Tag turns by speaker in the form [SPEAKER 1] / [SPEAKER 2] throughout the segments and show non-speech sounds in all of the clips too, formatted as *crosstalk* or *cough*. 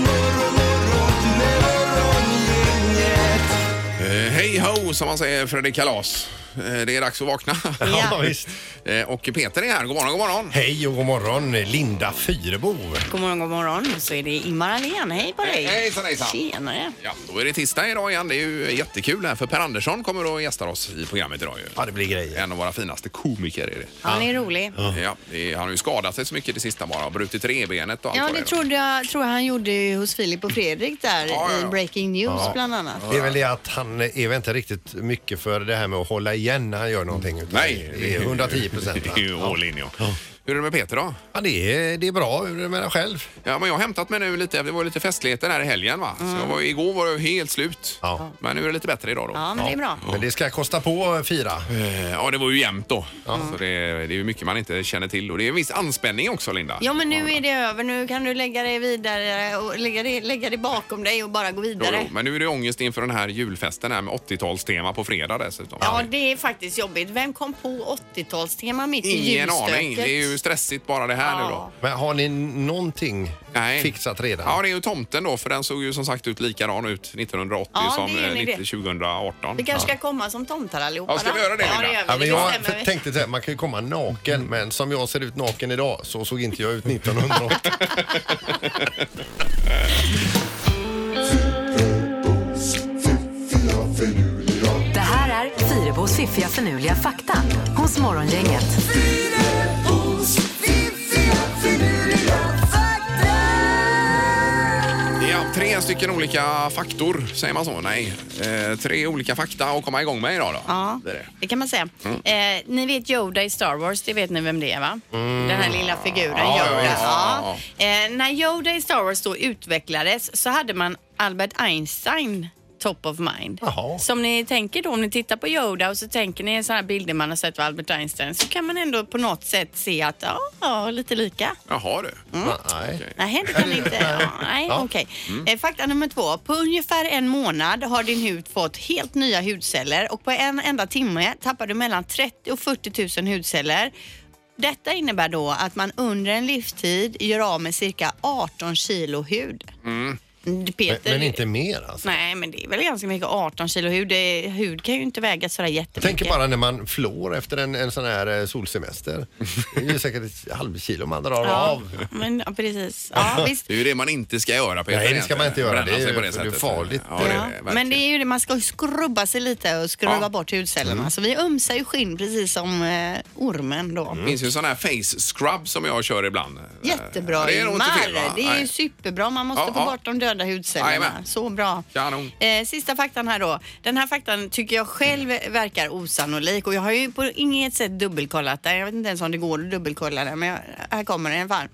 [SPEAKER 1] Jo, Eh, som man säger, Fredrik Kalas. Eh, Det är dags att vakna.
[SPEAKER 2] Ja.
[SPEAKER 3] visst.
[SPEAKER 1] *laughs* Eh, Och Peter är här. God morgon, god morgon.
[SPEAKER 3] Hej och god morgon, Linda Fyrebo.
[SPEAKER 2] God morgon, god morgon. Så är det Ingemar Ahlén. Hej på dig.
[SPEAKER 1] Hej, hejsan, hejsan.
[SPEAKER 2] Tjenare.
[SPEAKER 1] Ja, då är det tisdag idag igen. Det är ju jättekul här för Per Andersson kommer och gästar oss i programmet idag ju.
[SPEAKER 3] Ja, det blir grejer.
[SPEAKER 1] En av våra finaste komiker är det.
[SPEAKER 4] Han är rolig.
[SPEAKER 1] Ja, det är, han har ju skadat sig så mycket det sista bara. Brutit revbenet och allt
[SPEAKER 4] Ja,
[SPEAKER 1] vad
[SPEAKER 4] det
[SPEAKER 1] är.
[SPEAKER 4] trodde jag, tror jag han gjorde ju hos Filip och Fredrik där
[SPEAKER 1] Ja, ja, ja.
[SPEAKER 4] i Breaking News bland annat.
[SPEAKER 3] Det är väl det att han är väl inte riktigt mycket för det här med att hålla igen när han gör någonting. utan
[SPEAKER 1] Nej,
[SPEAKER 3] det är 110 procent.
[SPEAKER 1] *laughs* Det är ju all in, ja. Hur är det med Peter då?
[SPEAKER 3] Ja, det, är, det är bra. Hur är det med dig själv?
[SPEAKER 1] Ja, men jag har hämtat mig nu lite. Det var ju lite festligheter här i helgen va? Så jag var, igår var jag helt slut.
[SPEAKER 3] Ja.
[SPEAKER 1] Men nu är det lite bättre idag då.
[SPEAKER 2] Ja, men det är bra.
[SPEAKER 3] Men det ska kosta på att fira.
[SPEAKER 1] Eh, Ja, det var ju jämnt då. Så det, det är ju mycket man inte känner till och det är en viss anspänning också, Linda.
[SPEAKER 4] Ja men nu är det över, nu kan du lägga dig vidare och lägga det, lägga det bakom dig och bara gå
[SPEAKER 1] Jo,
[SPEAKER 4] vidare.
[SPEAKER 1] jo, men nu är det ångest inför den här julfesten här med 80-talstema på fredag dessutom.
[SPEAKER 4] Ja det är faktiskt jobbigt. Vem kom på 80-talstema mitt i
[SPEAKER 1] Ingen
[SPEAKER 4] julstöket?
[SPEAKER 1] aning. Det är ju stressigt bara det här
[SPEAKER 4] Ja.
[SPEAKER 1] nu då.
[SPEAKER 3] Men har ni någonting
[SPEAKER 1] Nej.
[SPEAKER 3] fixat redan?
[SPEAKER 1] Ja, det är ju tomten då, för den såg ju som sagt ut likadan ut 1980
[SPEAKER 4] Ja, det
[SPEAKER 1] som
[SPEAKER 4] är en
[SPEAKER 1] eh,
[SPEAKER 4] idé.
[SPEAKER 1] 19- 2018.
[SPEAKER 4] Vi kanske ska komma som tomtar allihopa.
[SPEAKER 1] Ja, ska vi
[SPEAKER 4] då?
[SPEAKER 1] göra det,
[SPEAKER 4] Ja,
[SPEAKER 1] Linda?
[SPEAKER 4] det gör vi.
[SPEAKER 3] Ja, men
[SPEAKER 4] Det
[SPEAKER 3] jag
[SPEAKER 4] bestämmer vi.
[SPEAKER 3] tänkte så här, man kan ju komma naken, men som jag ser ut naken idag så såg inte jag ut 1980.
[SPEAKER 5] Det här är Fyrabos fiffiga förnuliga fakta hos Morgongänget.
[SPEAKER 1] Ja, tre stycken olika faktor, säger man så? Nej. Eh, tre olika fakta att komma igång med idag då.
[SPEAKER 2] Ja,
[SPEAKER 1] Det Mm. är det.
[SPEAKER 2] det kan man säga. Eh, ni vet Yoda i Star Wars, det vet ni vem det är va? Den här lilla figuren
[SPEAKER 1] Mm. Ja, ja,
[SPEAKER 2] Yoda.
[SPEAKER 1] ja, ja,
[SPEAKER 2] Eh, när Yoda i Star Wars då utvecklades så hade man Albert Einstein top of mind.
[SPEAKER 3] Jaha.
[SPEAKER 2] Som ni tänker då, om ni tittar på Yoda och så tänker ni sådana här bilder man har sett av Albert Einstein så kan man ändå på något sätt se att ja, ja lite lika.
[SPEAKER 1] Jaha du.
[SPEAKER 3] Nej.
[SPEAKER 2] Nej, det kan inte. Ja, nej,
[SPEAKER 3] *laughs* Ja. Mm.
[SPEAKER 2] okej. Eh, Fakta nummer två. På ungefär en månad har din hud fått helt nya hudceller och på en enda timme tappar du mellan 30 000 och 40 000 hudceller. Detta innebär då att man under en livstid gör av med cirka 18 kilo hud. Mm,
[SPEAKER 3] Men,
[SPEAKER 2] Peter,
[SPEAKER 3] men inte mer alltså.
[SPEAKER 2] Nej, men det är väl ganska mycket 18 kilo hud. Det, hud kan ju inte väga sådär
[SPEAKER 3] Jag
[SPEAKER 2] jättemycket.
[SPEAKER 3] tänker bara när man flår efter en, en sån här eh, solsemester. Det är ju säkert ett halvkilo man drar
[SPEAKER 2] Ja,
[SPEAKER 3] av.
[SPEAKER 2] men, ja,
[SPEAKER 3] *laughs*
[SPEAKER 2] precis. Ja, visst.
[SPEAKER 1] Det är ju det man inte ska göra Peter.
[SPEAKER 3] Nej, det ska man inte göra.
[SPEAKER 1] Bränna
[SPEAKER 3] Det är
[SPEAKER 1] sig
[SPEAKER 3] ju-
[SPEAKER 1] på
[SPEAKER 3] det är
[SPEAKER 1] sättet.
[SPEAKER 3] farligt.
[SPEAKER 1] Ja, det är
[SPEAKER 2] Ja,
[SPEAKER 1] det, verkligen.
[SPEAKER 2] men det är ju det, man ska ju skrubba sig lite och skrubba
[SPEAKER 1] Ja. Mm.
[SPEAKER 2] bort hudcellerna. Så vi ömsar ju skinn precis som eh, ormen då.
[SPEAKER 1] Det finns ju sån här face scrub som jag kör ibland.
[SPEAKER 2] Jättebra
[SPEAKER 1] Det är nog inte
[SPEAKER 2] Ingmar.
[SPEAKER 1] fel, va?
[SPEAKER 2] Det är
[SPEAKER 1] Nej.
[SPEAKER 2] ju superbra. Man måste
[SPEAKER 1] Ja,
[SPEAKER 2] få
[SPEAKER 1] ja.
[SPEAKER 2] bort de döda hudcellerna.
[SPEAKER 1] Jajamän.
[SPEAKER 2] Så bra.
[SPEAKER 1] Kanon.
[SPEAKER 2] Eh, sista faktan här då. Den här faktan tycker jag själv verkar osannolik och jag har ju på inget sätt dubbelkollat den. Jag vet inte ens om det går att dubbelkolla den men jag, här kommer den i alla fall.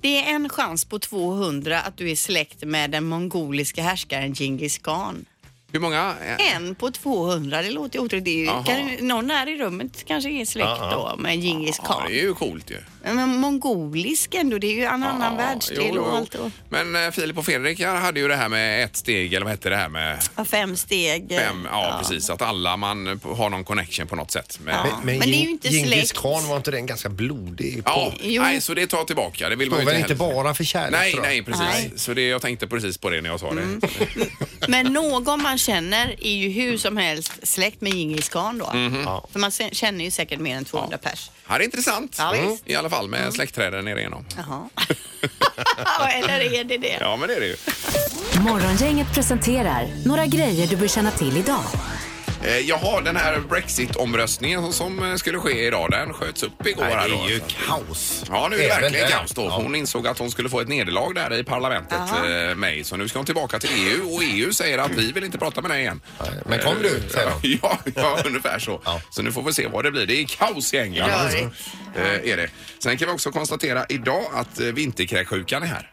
[SPEAKER 2] Det är en chans på 200 att du är släkt med den mongoliska härskaren Djingis khan.
[SPEAKER 1] Hur många?
[SPEAKER 2] En på 200, det låter ju otroligt. Det är ju-
[SPEAKER 1] Jaha.
[SPEAKER 2] Kan, någon här i rummet kanske är släkt då med Djingis
[SPEAKER 1] Ja,
[SPEAKER 2] khan.
[SPEAKER 1] det är ju coolt ju.
[SPEAKER 2] Men mongolisk ändå, det är ju en annan
[SPEAKER 1] Ja, jo,
[SPEAKER 2] världsdel
[SPEAKER 1] jo.
[SPEAKER 2] och allt. Och,
[SPEAKER 1] Men eh, Filip och Fredrik här hade ju det här med ett steg, eller vad hette det här med
[SPEAKER 2] ja, fem steg.
[SPEAKER 1] fem? Ja, precis. Att alla man eh, har någon connection på något sätt. Med,
[SPEAKER 2] Ja. Men det är ju
[SPEAKER 3] Jing-
[SPEAKER 2] inte
[SPEAKER 3] Djingis
[SPEAKER 2] släkt.
[SPEAKER 3] khan var inte den ganska blodig?
[SPEAKER 1] Ja,
[SPEAKER 3] på-
[SPEAKER 2] Jo.
[SPEAKER 1] nej, så det tar jag tillbaka. Det vill man
[SPEAKER 3] Står
[SPEAKER 1] ju inte
[SPEAKER 3] väl inte
[SPEAKER 1] heller.
[SPEAKER 3] bara för kärlek?
[SPEAKER 1] Nej,
[SPEAKER 3] tror jag.
[SPEAKER 1] nej, precis.
[SPEAKER 2] Nej. Mm.
[SPEAKER 1] Så det, jag tänkte precis på det när jag sa det.
[SPEAKER 2] Men någon man känner är ju hur som helst släkt med Djingis khan då.
[SPEAKER 1] Mhm.
[SPEAKER 3] Ja.
[SPEAKER 2] För man se- känner ju säkert mer än 200 pers.
[SPEAKER 1] Här är intressant.
[SPEAKER 2] Ja, visst. Mm.
[SPEAKER 1] I alla fall med släktträden nere igenom.
[SPEAKER 2] Jaha. *laughs* Eller är det det?
[SPEAKER 1] Ja, men det är det ju.
[SPEAKER 5] Morgongänget presenterar några grejer du bör känna till idag.
[SPEAKER 1] Eh, jaha, den här Brexit-omröstningen som, som eh, skulle ske idag, den sköts upp igår.
[SPEAKER 3] Nej,
[SPEAKER 1] här
[SPEAKER 3] det
[SPEAKER 1] då. alltså.
[SPEAKER 3] är ju kaos.
[SPEAKER 1] Ja, nu är det
[SPEAKER 3] Även
[SPEAKER 1] verkligen
[SPEAKER 3] där.
[SPEAKER 1] kaos då. för Hon insåg att hon skulle få ett nederlag där i parlamentet, eh, May. Så nu ska hon tillbaka till EU och EU säger att vi vill inte prata med dig igen. Eh,
[SPEAKER 3] Nej, Men kom du, säger de.
[SPEAKER 1] *laughs* Ja, ja ungefär så.
[SPEAKER 3] Ja.
[SPEAKER 1] Så nu får vi se vad det blir. Det är kaos i England.
[SPEAKER 2] Rörigt.
[SPEAKER 1] Eh, är det. Sen kan vi också konstatera idag att eh, vinterkräksjukan är här.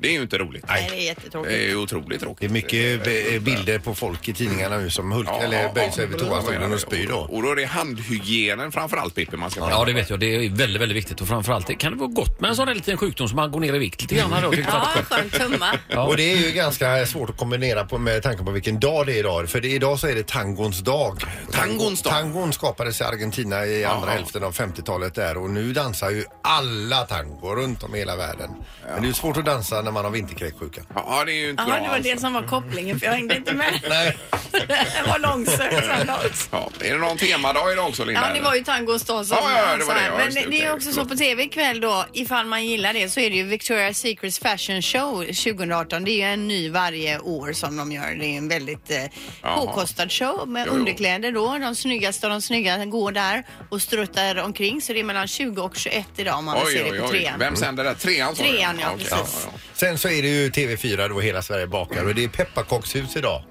[SPEAKER 1] Det är ju inte roligt.
[SPEAKER 2] Nej, det är jättetråkigt.
[SPEAKER 1] Det är ju otroligt
[SPEAKER 3] Det är
[SPEAKER 1] tråkigt.
[SPEAKER 3] mycket eh, bilder på folk i tidningarna nu som hulkar eller böjer sig över toastolen och spyr då.
[SPEAKER 1] Och då är det handhygienen framförallt Pippi man ska prata
[SPEAKER 6] Ja,
[SPEAKER 1] om.
[SPEAKER 6] det vet jag. Det är väldigt, väldigt viktigt. Och framförallt kan det vara gott med en sån här liten sjukdom som man går ner i vikt lite grann. Här då, tyckte jag.
[SPEAKER 2] Ja, skön tumma.
[SPEAKER 6] Ja.
[SPEAKER 3] Och det är ju ganska svårt att kombinera på, med tanke på vilken dag det är idag. För det, idag så är det tangons dag.
[SPEAKER 1] Tangons dag.
[SPEAKER 3] Tangon skapades i Argentina i andra
[SPEAKER 1] Ja.
[SPEAKER 3] hälften av 50-talet där och nu dansar ju alla tangor runt om i hela världen. Men det är ju svårt att dansa när när man har vinterkräksjuka.
[SPEAKER 1] Ja, det är ju inte
[SPEAKER 4] Jaha,
[SPEAKER 1] bra.
[SPEAKER 4] det var det
[SPEAKER 1] alltså.
[SPEAKER 4] som var kopplingen för jag hängde inte med.
[SPEAKER 2] *laughs*
[SPEAKER 4] det var långsökt. sannolikt.
[SPEAKER 1] ja, är det någon temadag idag också, Linda?
[SPEAKER 4] Ja, det var ju tangos dag som
[SPEAKER 1] Ja, ja, ja, det var
[SPEAKER 4] så här.
[SPEAKER 1] det. Ja,
[SPEAKER 4] Men
[SPEAKER 1] just det.
[SPEAKER 4] det är
[SPEAKER 1] Okej,
[SPEAKER 4] också så
[SPEAKER 1] förlåt.
[SPEAKER 4] på tv ikväll då, ifall man gillar det, så är det ju Victoria's Secrets Fashion Show 2018. Det är ju en ny varje år som de gör. Det är en väldigt eh,
[SPEAKER 1] Jaha.
[SPEAKER 4] påkostad show med
[SPEAKER 1] Jo, jo.
[SPEAKER 4] underkläder då. De snyggaste av de snygga går där och struttar omkring. Så det är mellan 20 och 21 idag om man vill se det på trean.
[SPEAKER 1] Vem sänder det? Trean sa du?
[SPEAKER 4] Trean, ja,
[SPEAKER 1] okej.
[SPEAKER 4] precis.
[SPEAKER 1] ja.
[SPEAKER 3] Sen så är det ju TV4 då Hela Sverige bakar och det är pepparkakshus idag.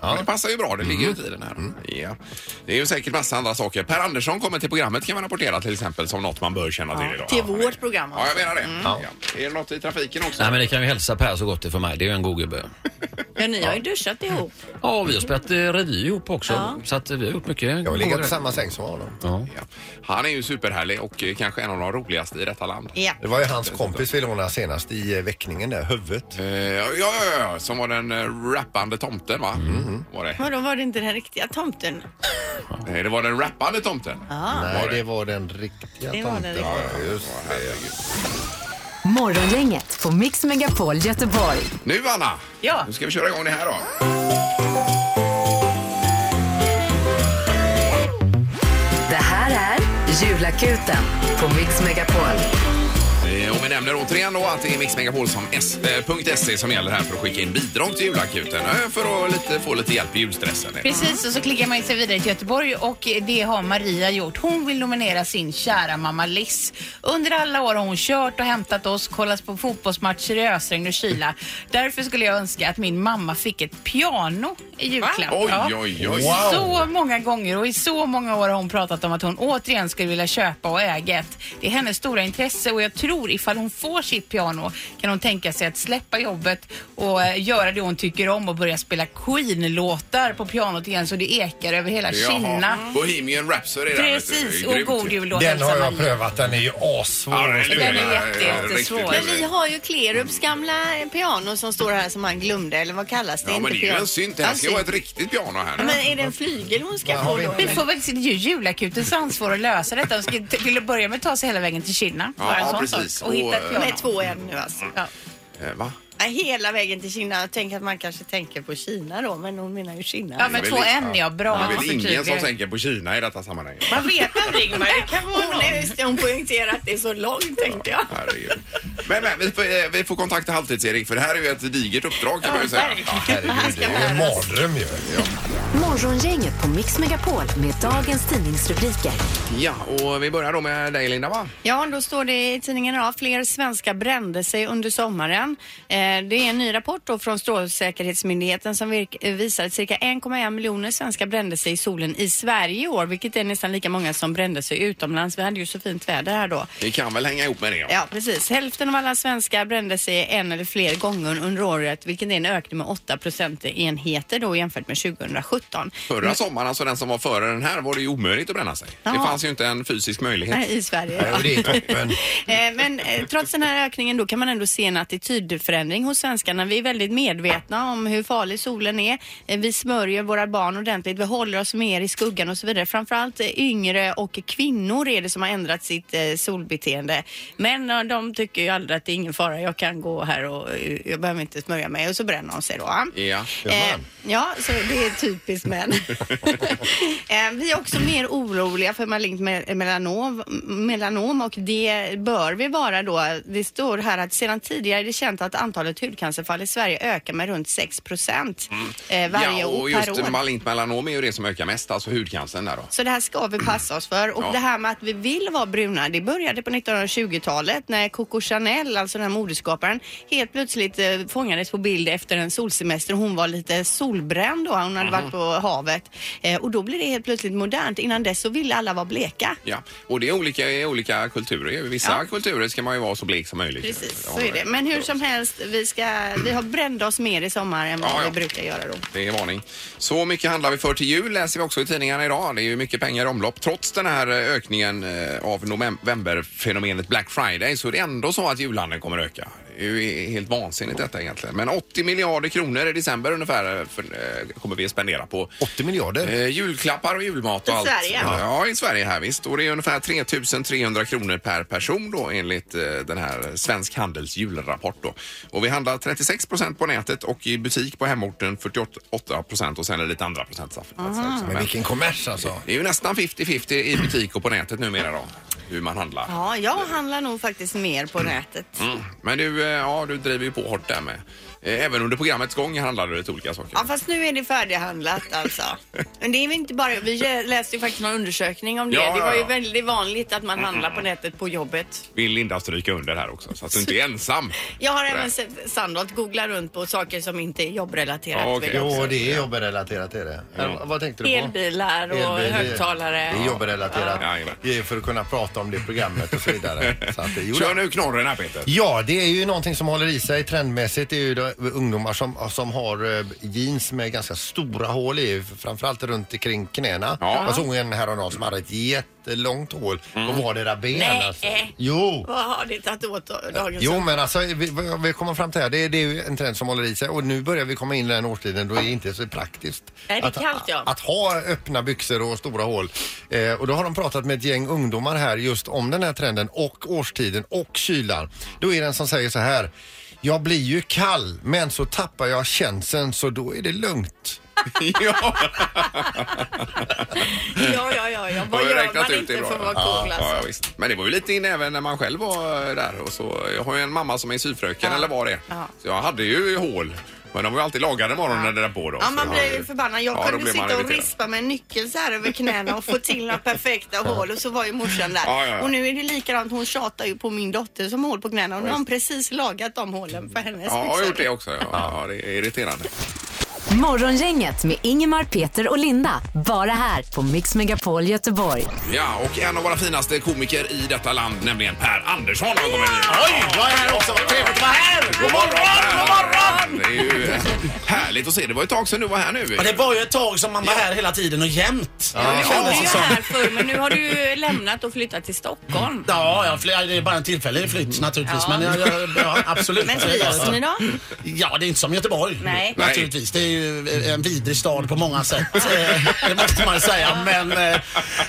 [SPEAKER 1] Ja, det passar ju bra. Det ligger ju i tiden här. Ja. Det är ju säkert massa andra saker. Per Andersson kommer till programmet kan man rapportera till exempel som något man bör känna till idag.
[SPEAKER 4] till
[SPEAKER 1] Ja,
[SPEAKER 4] vårt
[SPEAKER 1] det-
[SPEAKER 4] program alltså. Mm.
[SPEAKER 1] Ja, jag menar det. Ja. Är det något i trafiken också?
[SPEAKER 6] Nej men det kan ju hälsa Per så gott det är för mig. Det är ju en god gubbe.
[SPEAKER 4] Ja, ni har ju duschat
[SPEAKER 1] *laughs*
[SPEAKER 4] ihop.
[SPEAKER 6] Ja, vi har spelat eh, revy ihop också. Så att eh, vi har gjort mycket.
[SPEAKER 3] Jag har
[SPEAKER 6] goda
[SPEAKER 3] legat i
[SPEAKER 6] grejer.
[SPEAKER 3] samma säng som honom.
[SPEAKER 6] Ja.
[SPEAKER 1] Ja. Han är ju superhärlig och eh, kanske en av de roligaste i detta land.
[SPEAKER 4] Ja.
[SPEAKER 3] Det var ju hans kompis vi lånade senast i eh, väckningen där, huvudet.
[SPEAKER 1] Eh, Ja, ja, ja, ja, som var den eh, rappande tomten va? Var det?
[SPEAKER 4] Vadå, var det inte den riktiga tomten?
[SPEAKER 1] Nej, det var den rappande tomten.
[SPEAKER 3] Nej, det var den riktiga
[SPEAKER 4] Det var den
[SPEAKER 3] tomten.
[SPEAKER 4] riktiga.
[SPEAKER 3] Ja, just det.
[SPEAKER 5] Morgongänget på Mix Megapol Göteborg.
[SPEAKER 1] Nu Anna!
[SPEAKER 4] Ja.
[SPEAKER 1] Nu ska vi köra igång det här då.
[SPEAKER 5] Det här är Julakuten på Mix Megapol.
[SPEAKER 1] Eh, Och vi nämner återigen då att det är mixmegapol som S- eh, punkt .se som gäller här för att skicka in bidrag till julakuten eh, för att lite, få lite hjälp i julstressen.
[SPEAKER 7] Precis, och så klickar man sig vidare till Göteborg och det har Maria gjort. Hon vill nominera sin kära mamma Liss. Under alla år har hon kört och hämtat oss, kollat på fotbollsmatcher i ösregn och kyla. Därför skulle jag önska att min mamma fick ett piano i julklapp.
[SPEAKER 1] Oj,
[SPEAKER 7] Ja.
[SPEAKER 1] oj, oj.
[SPEAKER 7] Så många gånger och i så många år har hon pratat om att hon återigen skulle vilja köpa och äga ett. Det är hennes stora intresse och jag tror ifall hon får sitt piano kan hon tänka sig att släppa jobbet och eh, göra det hon tycker om och börja spela Queen-låtar på pianot igen så det ekar över hela
[SPEAKER 1] Jaha.
[SPEAKER 7] Kina.
[SPEAKER 1] Bohemian Rhapsody. där, vet
[SPEAKER 7] Precis,
[SPEAKER 1] du.
[SPEAKER 7] och
[SPEAKER 1] Grymt.
[SPEAKER 7] god jul då
[SPEAKER 3] Den har
[SPEAKER 7] hälsar
[SPEAKER 3] jag
[SPEAKER 7] Maria.
[SPEAKER 3] prövat, den är ju assvår.
[SPEAKER 1] Ja,
[SPEAKER 3] att
[SPEAKER 1] lurig.
[SPEAKER 3] spela.
[SPEAKER 7] Den är jätte-
[SPEAKER 1] Ja, riktigt
[SPEAKER 7] jättesvår.
[SPEAKER 1] lurig.
[SPEAKER 2] Men vi har ju Klerups gamla piano som står här som han glömde eller vad kallas det?
[SPEAKER 1] Ja, men det är ju en synt. Det här ska ju
[SPEAKER 2] Ja,
[SPEAKER 1] vara ett riktigt piano här.
[SPEAKER 2] Men är det en flygel hon ska
[SPEAKER 3] Ja,
[SPEAKER 2] få
[SPEAKER 3] har vi
[SPEAKER 2] då?
[SPEAKER 3] inte-
[SPEAKER 7] Vi får väl se, det är ju julakutens ansvar att lösa detta. De ska t- till att börja med ta sig hela vägen till Kina.
[SPEAKER 1] Ja,
[SPEAKER 7] Bara en sån
[SPEAKER 1] precis.
[SPEAKER 7] sak. Och hitta ett
[SPEAKER 1] Och,
[SPEAKER 7] piano.
[SPEAKER 2] Med två en nu alltså.
[SPEAKER 7] Ja.
[SPEAKER 1] Eh, Va?
[SPEAKER 2] Ja, Hela vägen till Kina. Jag tänker att man kanske tänker på Kina då, men hon menar ju Kina.
[SPEAKER 7] Ja, men
[SPEAKER 1] väl
[SPEAKER 7] två
[SPEAKER 1] inte-
[SPEAKER 7] en ja. Bra Alltså,
[SPEAKER 1] Det är
[SPEAKER 7] att
[SPEAKER 1] väl
[SPEAKER 7] du
[SPEAKER 1] ingen som
[SPEAKER 7] förtydligar.
[SPEAKER 1] tänker på Kina i detta sammanhang.
[SPEAKER 2] Man vet aldrig Ingmar, det kan vara någon. Just det, *laughs* hon poängterar att det är så långt tänkte jag.
[SPEAKER 1] Herregud. Men, men vi, får, eh, vi får kontakta Halvtids-Erik för det här är ju ett digert uppdrag kan man ju säga.
[SPEAKER 3] Herregud, det är ju en mardröm ju.
[SPEAKER 5] Morgongänget på Mix Megapol med dagens tidningsrubriker.
[SPEAKER 1] Ja, och vi börjar då med dig Linda va?
[SPEAKER 2] Ja, då står det i tidningen idag, fler svenskar brände sig under sommaren. Eh, det är en ny rapport då från Strålsäkerhetsmyndigheten som virk- eh, visar att cirka 1,1 miljoner svenskar brände sig i solen i Sverige i år, vilket är nästan lika många som brände sig utomlands. Vi hade ju så fint väder här då.
[SPEAKER 1] Vi kan väl hänga ihop med det. Ja.
[SPEAKER 2] Ja, precis. Hälften av alla svenskar brände sig en eller fler gånger under året, vilket är en ökning med 8 procentenheter då jämfört med 2017.
[SPEAKER 1] Förra sommaren, alltså den som var före den här, var det ju omöjligt att bränna sig. Det
[SPEAKER 2] Ja.
[SPEAKER 1] fanns ju inte en fysisk möjlighet.
[SPEAKER 2] Nej, I Sverige.
[SPEAKER 3] Ja, det
[SPEAKER 2] *laughs*
[SPEAKER 3] är toppen.
[SPEAKER 2] Eh, Men eh, trots den här ökningen då kan man ändå se en attitydförändring hos svenskarna. Vi är väldigt medvetna om hur farlig solen är. Eh, Vi smörjer våra barn ordentligt. Vi håller oss mer i skuggan och så vidare. Framförallt eh, yngre och kvinnor är det som har ändrat sitt eh, solbeteende. Män eh, de tycker ju aldrig att det är ingen fara. Jag kan gå här och eh, jag behöver inte smörja mig och så bränner de sig då. va?
[SPEAKER 1] Ja.
[SPEAKER 2] Eh, ja, så det är
[SPEAKER 1] *laughs*
[SPEAKER 2] typiskt män. eh, vi är också mer oroliga för malignt me- melanom, melanom och det bör vi vara då. Det står här att sedan tidigare är det känt att antalet hudcancerfall i Sverige ökar med runt 6 procent eh, varje
[SPEAKER 1] Mm. ja, och
[SPEAKER 2] år
[SPEAKER 1] just
[SPEAKER 2] per år.
[SPEAKER 1] malignt melanom är ju det som ökar mest, alltså hudcancern där då.
[SPEAKER 2] Så det här ska vi passa oss för. Och
[SPEAKER 1] Ja.
[SPEAKER 2] det här med att vi vill vara bruna, det började på 1920-talet när Coco Chanel, alltså den här modeskaparen, helt plötsligt eh, fångades på bild efter en solsemester. Hon var lite solbränd då, hon hade
[SPEAKER 1] Mhm.
[SPEAKER 2] varit på havet. Eh, och då blev det helt plötsligt modernt. Innan dess så ville alla vara bleka.
[SPEAKER 1] Ja, och det är olika i olika kulturer. I vissa kulturer ska man ju vara så blek som möjligt.
[SPEAKER 2] Precis,
[SPEAKER 1] Ja,
[SPEAKER 2] så är det. Men hur som helst, vi, ska, vi har bränt oss mer i sommar än vad
[SPEAKER 1] Ja, ja.
[SPEAKER 2] vi brukar göra då.
[SPEAKER 1] Det är varning. Så mycket handlar vi för till jul läser vi också i tidningarna idag. Det är ju mycket pengar i omlopp. Trots den här eh, ökningen eh, av novemberfenomenet Black Friday så är det ändå så att julhandeln kommer att öka. Det är ju helt vansinnigt detta egentligen. Men 80 miljarder kronor i december ungefär eh, för, eh, kommer vi att spendera på
[SPEAKER 3] 80 miljarder?
[SPEAKER 1] Eh, julklappar och julmat och
[SPEAKER 2] I
[SPEAKER 1] allt.
[SPEAKER 2] Sverige?
[SPEAKER 1] Ja. ja, i Sverige här visst. Och det är ungefär 3 300 kronor per person då enligt eh, den här Svensk Handels julrapport då. Och vi handlar 36 procent på nätet och i butik på hemorten 48 procent och sen är det lite andra procentsatser.
[SPEAKER 3] Men vilken kommers alltså.
[SPEAKER 1] Det är ju nästan 50-50 i butik och på nätet numera då, hur man handlar.
[SPEAKER 2] Ja, jag handlar nog faktiskt mer på nätet.
[SPEAKER 1] Mm. Men du, eh, ja, du driver ju på hårt där med. Eh, Även under programmets gång handlade du lite olika saker.
[SPEAKER 2] Ja, fast nu är det färdighandlat alltså. Men det är väl inte bara, vi läste ju faktiskt någon undersökning om det.
[SPEAKER 1] Ja, ja,
[SPEAKER 2] det var ju
[SPEAKER 1] ja. Mm,
[SPEAKER 2] väldigt vanligt att man handlar på nätet på jobbet.
[SPEAKER 1] Vill Linda stryka under här också, så att du inte
[SPEAKER 2] *laughs*
[SPEAKER 1] är ensam.
[SPEAKER 2] Jag har även
[SPEAKER 1] Nej.
[SPEAKER 2] sett Sandholt googla runt på saker som inte är jobbrelaterat.
[SPEAKER 1] Ja, okej.
[SPEAKER 2] vill jag också
[SPEAKER 3] Jo,
[SPEAKER 2] säga.
[SPEAKER 3] det är jobbrelaterat är det. Men vad- Vad tänkte du på?
[SPEAKER 2] Elbilar och
[SPEAKER 3] Elbil, det är-
[SPEAKER 2] högtalare.
[SPEAKER 3] Det är jobbrelaterat.
[SPEAKER 1] Ja. Jajamän.
[SPEAKER 3] Det är för att kunna prata om det i programmet och
[SPEAKER 1] *laughs*
[SPEAKER 3] så vidare. Så att, det- jo,
[SPEAKER 1] Kör nu knorren här
[SPEAKER 2] *laughs*
[SPEAKER 1] Peter.
[SPEAKER 3] Ja, det är ju någonting som håller i sig trendmässigt. Det är ju då ungdomar som, som har eh, jeans med ganska stora hål i, framförallt runt kring knäna.
[SPEAKER 1] Ja. Mm.
[SPEAKER 3] Jag såg en häromdagen som hade ett jättelångt hål på vardera ben. Nej. Alltså. Jo!
[SPEAKER 2] Vad har det tagit åt dagens
[SPEAKER 3] Jo men alltså vi, vad vi kommer fram till här, det, är- det är ju en trend som håller i sig och nu börjar vi komma in i den årstiden då det är inte så praktiskt.
[SPEAKER 2] Nej, det är
[SPEAKER 3] att,
[SPEAKER 2] kallt, ja.
[SPEAKER 3] att ha öppna byxor och stora hål. Eh, och då har de pratat med ett gäng ungdomar här just om den här trenden och årstiden och kylan. Då är det en som säger så här. Jag blir ju kall men så tappar jag känseln så då är det lugnt.
[SPEAKER 1] ja.
[SPEAKER 2] Ja, ja, ja, ja. Vad
[SPEAKER 1] Har vi
[SPEAKER 2] gör
[SPEAKER 1] räknat
[SPEAKER 2] man
[SPEAKER 1] ut
[SPEAKER 2] inte
[SPEAKER 1] det bra
[SPEAKER 2] för att
[SPEAKER 1] då?
[SPEAKER 2] vara
[SPEAKER 1] ja,
[SPEAKER 2] cool
[SPEAKER 1] ja,
[SPEAKER 2] alltså?
[SPEAKER 1] visst. Men det var ju lite in även när man själv var eh, där. Och så, jag har ju en mamma som är syfröken eller var det är. Så jag hade ju hål. Men de var ju alltid lagade morgonen där på då.
[SPEAKER 2] Ja,
[SPEAKER 1] Så
[SPEAKER 2] man
[SPEAKER 1] jag
[SPEAKER 2] blir
[SPEAKER 1] hade
[SPEAKER 2] ju förbannad. Jag
[SPEAKER 1] Ja, då
[SPEAKER 2] kunde
[SPEAKER 1] blir man
[SPEAKER 2] sitta och
[SPEAKER 1] irriterad.
[SPEAKER 2] rispa med en nyckel så här över knäna och få till några perfekta hål och så var ju morsan där.
[SPEAKER 1] Ja, ja, ja.
[SPEAKER 2] Och nu är det likadant. Hon tjatar ju på min dotter som har hål på knäna och nu har hon precis lagat de hålen för hennes
[SPEAKER 1] Ja, jag har
[SPEAKER 2] byxor.
[SPEAKER 1] gjort det också. Ja, ja, det är irriterande.
[SPEAKER 5] Morgongänget med Ingemar, Peter och Linda. Bara här på Mix Megapol Göteborg.
[SPEAKER 1] Ja, och en av våra finaste komiker i detta land, nämligen Per Andersson, har kommit hit.
[SPEAKER 3] jag är här också, vad trevligt att vara här!
[SPEAKER 1] God morgon, Per! Det är ju eh, härligt att se. Det var ett tag sedan du var här nu.
[SPEAKER 8] Ja, det var ju ett tag som man var här hela tiden och jämt.
[SPEAKER 2] Du var ju
[SPEAKER 4] Alltså,
[SPEAKER 2] här förr men nu
[SPEAKER 4] *laughs*
[SPEAKER 2] har du lämnat och flyttat till Stockholm.
[SPEAKER 8] Ja, jag fly- det är bara en tillfällig flytt naturligtvis. Men jag, jag, ja, absolut.
[SPEAKER 2] Mm. Men trivs ni då?
[SPEAKER 8] Ja, det är inte som Göteborg.
[SPEAKER 2] Nej.
[SPEAKER 8] Naturligtvis. Det är ju en vidrig stad på många sätt. Eh, det måste man ju säga. Men eh,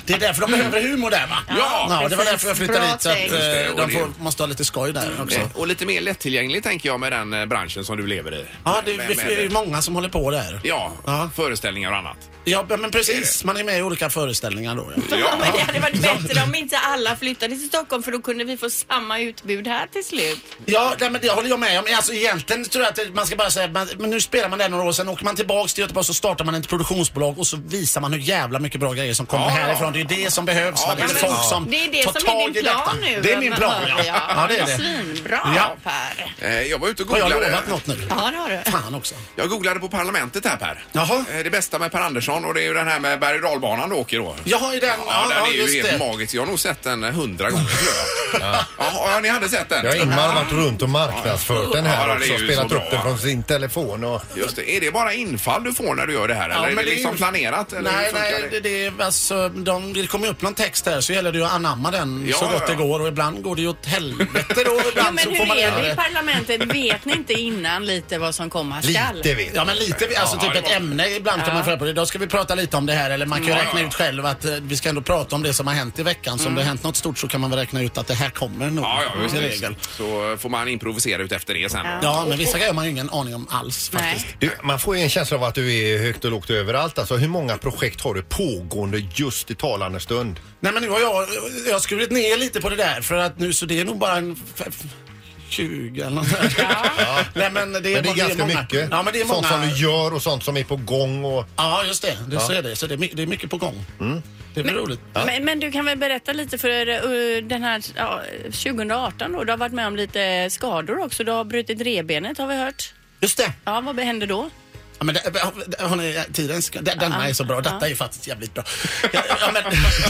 [SPEAKER 8] det är därför de behöver humor där va?
[SPEAKER 1] Ja,
[SPEAKER 8] det var
[SPEAKER 2] Mm. precis.
[SPEAKER 8] därför jag flyttade
[SPEAKER 2] Bra
[SPEAKER 8] dit. Så att,
[SPEAKER 2] tänkt.
[SPEAKER 8] eh,
[SPEAKER 1] Just det, och
[SPEAKER 8] de
[SPEAKER 1] det-
[SPEAKER 8] får, måste ha lite skoj där också.
[SPEAKER 1] Eh, Och lite mer lättillgänglig tänker jag med den eh, branschen som du lever i.
[SPEAKER 8] Ja, det,
[SPEAKER 1] Med-
[SPEAKER 8] det
[SPEAKER 1] med-
[SPEAKER 8] är ju många som håller på där.
[SPEAKER 1] Ja,
[SPEAKER 8] Ja.
[SPEAKER 1] föreställningar och annat.
[SPEAKER 8] Ja, men precis. Man är med i olika föreställningar då.
[SPEAKER 2] *laughs*
[SPEAKER 8] Ja.
[SPEAKER 1] Ja.
[SPEAKER 2] Men det hade varit bättre om inte alla flyttade till Stockholm för då kunde vi få samma utbud här till slut.
[SPEAKER 8] Ja, nej, men det håller jag med om. Alltså, egentligen tror jag att det- man ska bara säga man, men nu spelar man där några år, sen åker man tillbaks till Göteborg så startar man ett produktionsbolag och så visar man hur jävla mycket bra grejer som kommer
[SPEAKER 1] Ja.
[SPEAKER 8] härifrån. Det är det som behövs. va? det är
[SPEAKER 1] men
[SPEAKER 8] folk som
[SPEAKER 2] Det är det
[SPEAKER 8] tar
[SPEAKER 2] som
[SPEAKER 8] tag
[SPEAKER 2] är
[SPEAKER 8] i
[SPEAKER 2] din
[SPEAKER 8] detta.
[SPEAKER 2] plan nu.
[SPEAKER 8] Det är min plan,
[SPEAKER 2] hör
[SPEAKER 8] ja.
[SPEAKER 2] jag.
[SPEAKER 8] Ja, det är det.
[SPEAKER 2] Svinbra
[SPEAKER 8] Ja.
[SPEAKER 2] Per.
[SPEAKER 1] Eh, Jag var ute och
[SPEAKER 8] Har jag
[SPEAKER 1] googlade.
[SPEAKER 8] lovat något nu?
[SPEAKER 2] Ja det har du.
[SPEAKER 8] Fan också.
[SPEAKER 1] Jag googlade på Parlamentet här Per.
[SPEAKER 8] Jaha.
[SPEAKER 1] Eh, Det bästa med Per Andersson och det är ju den här med berg och dalbanan du åker då.
[SPEAKER 8] Jag har ju den.
[SPEAKER 1] Ja,
[SPEAKER 8] Ja,
[SPEAKER 1] den
[SPEAKER 8] ja,
[SPEAKER 1] är ju
[SPEAKER 8] just
[SPEAKER 1] helt
[SPEAKER 8] det.
[SPEAKER 1] magisk. Jag har nog sett den eh, hundra gånger tror jag. ja. ja, ni hade sett den?
[SPEAKER 3] Ja, Ingmar har varit runt och marknadsfört den
[SPEAKER 1] Ja,
[SPEAKER 3] här
[SPEAKER 1] det är
[SPEAKER 3] också.
[SPEAKER 1] ju
[SPEAKER 3] Spelat
[SPEAKER 1] så bra,
[SPEAKER 3] upp den
[SPEAKER 1] va?
[SPEAKER 3] från sin telefon och...
[SPEAKER 1] Just det. Är det bara infall du får när du gör det här?
[SPEAKER 8] Ja,
[SPEAKER 1] eller är
[SPEAKER 8] men
[SPEAKER 1] det,
[SPEAKER 8] det är
[SPEAKER 1] liksom
[SPEAKER 8] ju-
[SPEAKER 1] planerat? Eller hur
[SPEAKER 8] Nej,
[SPEAKER 1] funkar
[SPEAKER 8] nej, det, det, är- alltså, de, det kommer upp någon text här så gäller det ju att anamma den
[SPEAKER 1] Ja,
[SPEAKER 8] så gott
[SPEAKER 1] ja.
[SPEAKER 8] det går och ibland går det ju åt helvete då och
[SPEAKER 2] Ja,
[SPEAKER 8] ibland
[SPEAKER 2] men
[SPEAKER 8] så får man
[SPEAKER 2] hur är det i
[SPEAKER 8] det.
[SPEAKER 2] parlamentet? Vet ni inte innan lite vad som komma skall?
[SPEAKER 3] Lite vet
[SPEAKER 8] Ja men lite, alltså
[SPEAKER 1] Ja,
[SPEAKER 8] typ
[SPEAKER 1] det
[SPEAKER 8] ett
[SPEAKER 1] var-
[SPEAKER 8] ämne ibland kan man få reda på det. Idag ska vi prata lite om det här eller man kan ju räkna ut själv att eh, vi ska ändå prata om det som har hänt i veckan. Så om det har hänt något stort så kan man väl räkna ut att det här kommer nog.
[SPEAKER 1] Mm. Ja, ja,
[SPEAKER 8] i
[SPEAKER 1] just
[SPEAKER 8] regel.
[SPEAKER 1] det. Så eh, får man improvisera ut efter det sen.
[SPEAKER 8] Ja, men vissa grejer har man ju ingen aning om alls faktiskt.
[SPEAKER 3] Du, man får ju en känsla av att du är högt och lågt överallt. Alltså, hur många projekt har du pågående just i talande stund?
[SPEAKER 8] Nej men nu har jag, jag har skurit ner lite på det där för att nu så det är nog bara en f- f- 20 eller något
[SPEAKER 1] *laughs*
[SPEAKER 8] sånt där. Nej men det
[SPEAKER 3] Men
[SPEAKER 8] är,
[SPEAKER 3] det är
[SPEAKER 8] många-
[SPEAKER 3] ganska
[SPEAKER 8] många.
[SPEAKER 3] mycket.
[SPEAKER 8] Ja men det är
[SPEAKER 3] sånt
[SPEAKER 8] många.
[SPEAKER 3] som du gör och sånt som är på gång. Och...
[SPEAKER 8] Ja just det, det så är det. Så det är, my- det är mycket på gång.
[SPEAKER 3] Mm.
[SPEAKER 8] Det blir roligt.
[SPEAKER 2] Men, men du kan väl berätta lite för eh, den här ja, 2018 då? Du har varit med om lite skador också. Du har brutit revbenet har vi hört.
[SPEAKER 8] Just det.
[SPEAKER 2] Ja, vad hände då?
[SPEAKER 8] Ja, Ja, men det, hörni, tiden, ska- den, den är så bra. Detta är ju faktiskt jävligt bra. Ja, ja, men,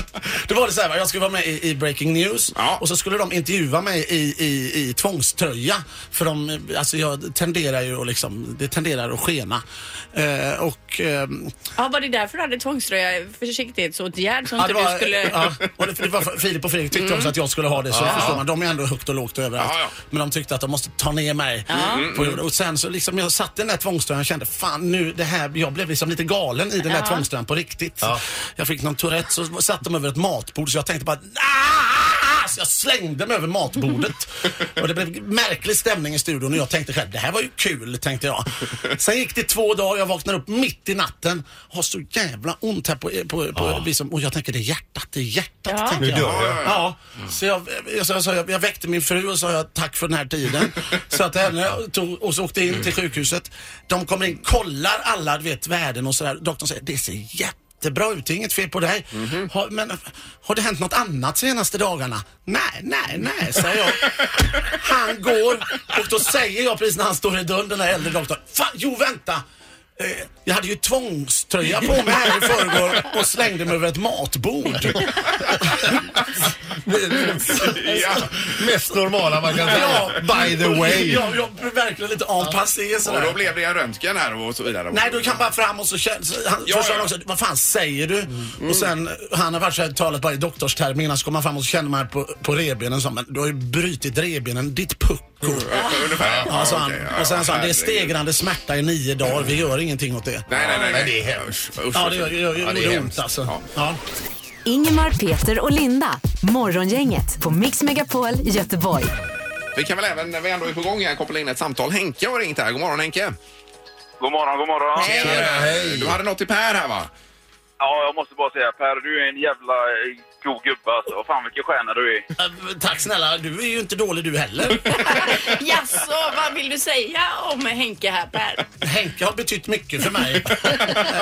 [SPEAKER 8] *laughs* då var det så här, va, jag skulle vara med i, i Breaking News
[SPEAKER 1] Ja.
[SPEAKER 8] och så skulle de intervjua mig i, i, i tvångströja. För de, alltså jag tenderar ju att liksom, det tenderar att skena. Eh, och, ehm,
[SPEAKER 4] Ja, var det därför du hade tvångströja? Försiktighetsåtgärd som inte du skulle... Mm.
[SPEAKER 8] ja, och det, det var Filip och Fredrik tyckte också att jag skulle ha det. Så förstår man, de är ändå högt och lågt överallt.
[SPEAKER 1] Ja, ja.
[SPEAKER 8] Men de tyckte att de måste ta ner mig. På, jorden. och sen så liksom jag satt i den där tvångströjan och kände fan nu det här, jag blev liksom lite galen i den där tvångströjan på riktigt. Jag fick någon Tourette så satt de över ett matbord så jag tänkte bara "Ah!" så jag slängde mig
[SPEAKER 3] *laughs*
[SPEAKER 8] över matbordet. och det blev märklig stämning i studion och jag tänkte själv, det här var ju kul, tänkte jag. Sen gick det två dagar, jag vaknar upp mitt i natten, har så jävla ont här på, på, på liksom, och jag tänker det är hjärtat, det är hjärtat, tänker
[SPEAKER 3] Nu
[SPEAKER 8] jag.
[SPEAKER 3] dör jag.
[SPEAKER 8] Ja, så jag, jag, sa- jag, sa- jag, jag väckte min fru och sa tack för den här tiden. så att henne och tog, och så åkte jag in till sjukhuset. De kommer in, kollar alla, du vet, värden och sådär. Doktorn säger, det ser jättebra ut, det är inget fel på dig. Har, men har det hänt något annat senaste dagarna? Nej, nej, nej, säger jag. han går och då säger jag precis när han står i dörren, den här äldre doktorn. Fan, jo vänta! Eh, Jag hade ju tvångströja på mig här i förrgår och slängde mig över ett matbord.
[SPEAKER 1] Ja.
[SPEAKER 3] Mest normala man kan säga.
[SPEAKER 8] Ja.
[SPEAKER 3] By the way.
[SPEAKER 8] Jag, jag blev verkligen lite en passé
[SPEAKER 1] Och då
[SPEAKER 8] sådär.
[SPEAKER 1] blev det en röntgen här och så vidare.
[SPEAKER 8] Nej, då kan bara fram och så känns... Han,
[SPEAKER 1] Ja,
[SPEAKER 8] först sa
[SPEAKER 1] ja.
[SPEAKER 8] han också, vad fan säger du? Och sen, han har varit såhär talat bara i doktorstermer innan, så kommer han fram och så känner man på, på revbenen så, men du har ju brutit revbenen, ditt pucko.
[SPEAKER 1] Ungefär.
[SPEAKER 8] Ja, sa han.
[SPEAKER 1] okej,
[SPEAKER 8] och sen sa han, det är
[SPEAKER 1] herregud.
[SPEAKER 8] stegrande smärta i nio dagar, vi gör ingenting åt det.
[SPEAKER 1] Nej, nej, nej. nej.
[SPEAKER 3] Men det är hemskt.
[SPEAKER 1] Usch, usch,
[SPEAKER 8] Ja, det gör,
[SPEAKER 1] usch.
[SPEAKER 8] gör, gör,
[SPEAKER 3] det är
[SPEAKER 8] gjorde ont
[SPEAKER 3] hemskt.
[SPEAKER 8] alltså.
[SPEAKER 1] Ja.
[SPEAKER 8] Ja.
[SPEAKER 5] Ingemar, Peter och Linda. Morgongänget på Mix Megapol Göteborg.
[SPEAKER 1] Vi kan väl även, när vi ändå är på gång här, koppla in ett samtal. Henke har ringt här. God morgon Henke.
[SPEAKER 9] God morgon, god morgon.
[SPEAKER 1] Tjena, hej. Du hade något till Per här va?
[SPEAKER 9] Ja, jag måste bara säga Per, du är en jävla eh, god gubbe alltså. Och Fan vilken stjärna du är.
[SPEAKER 8] Eh, Tack snälla, du är ju inte dålig du heller.
[SPEAKER 4] *laughs* Jaså, vad vill du säga om Henke här Per?
[SPEAKER 8] Henke har betytt mycket för mig *laughs*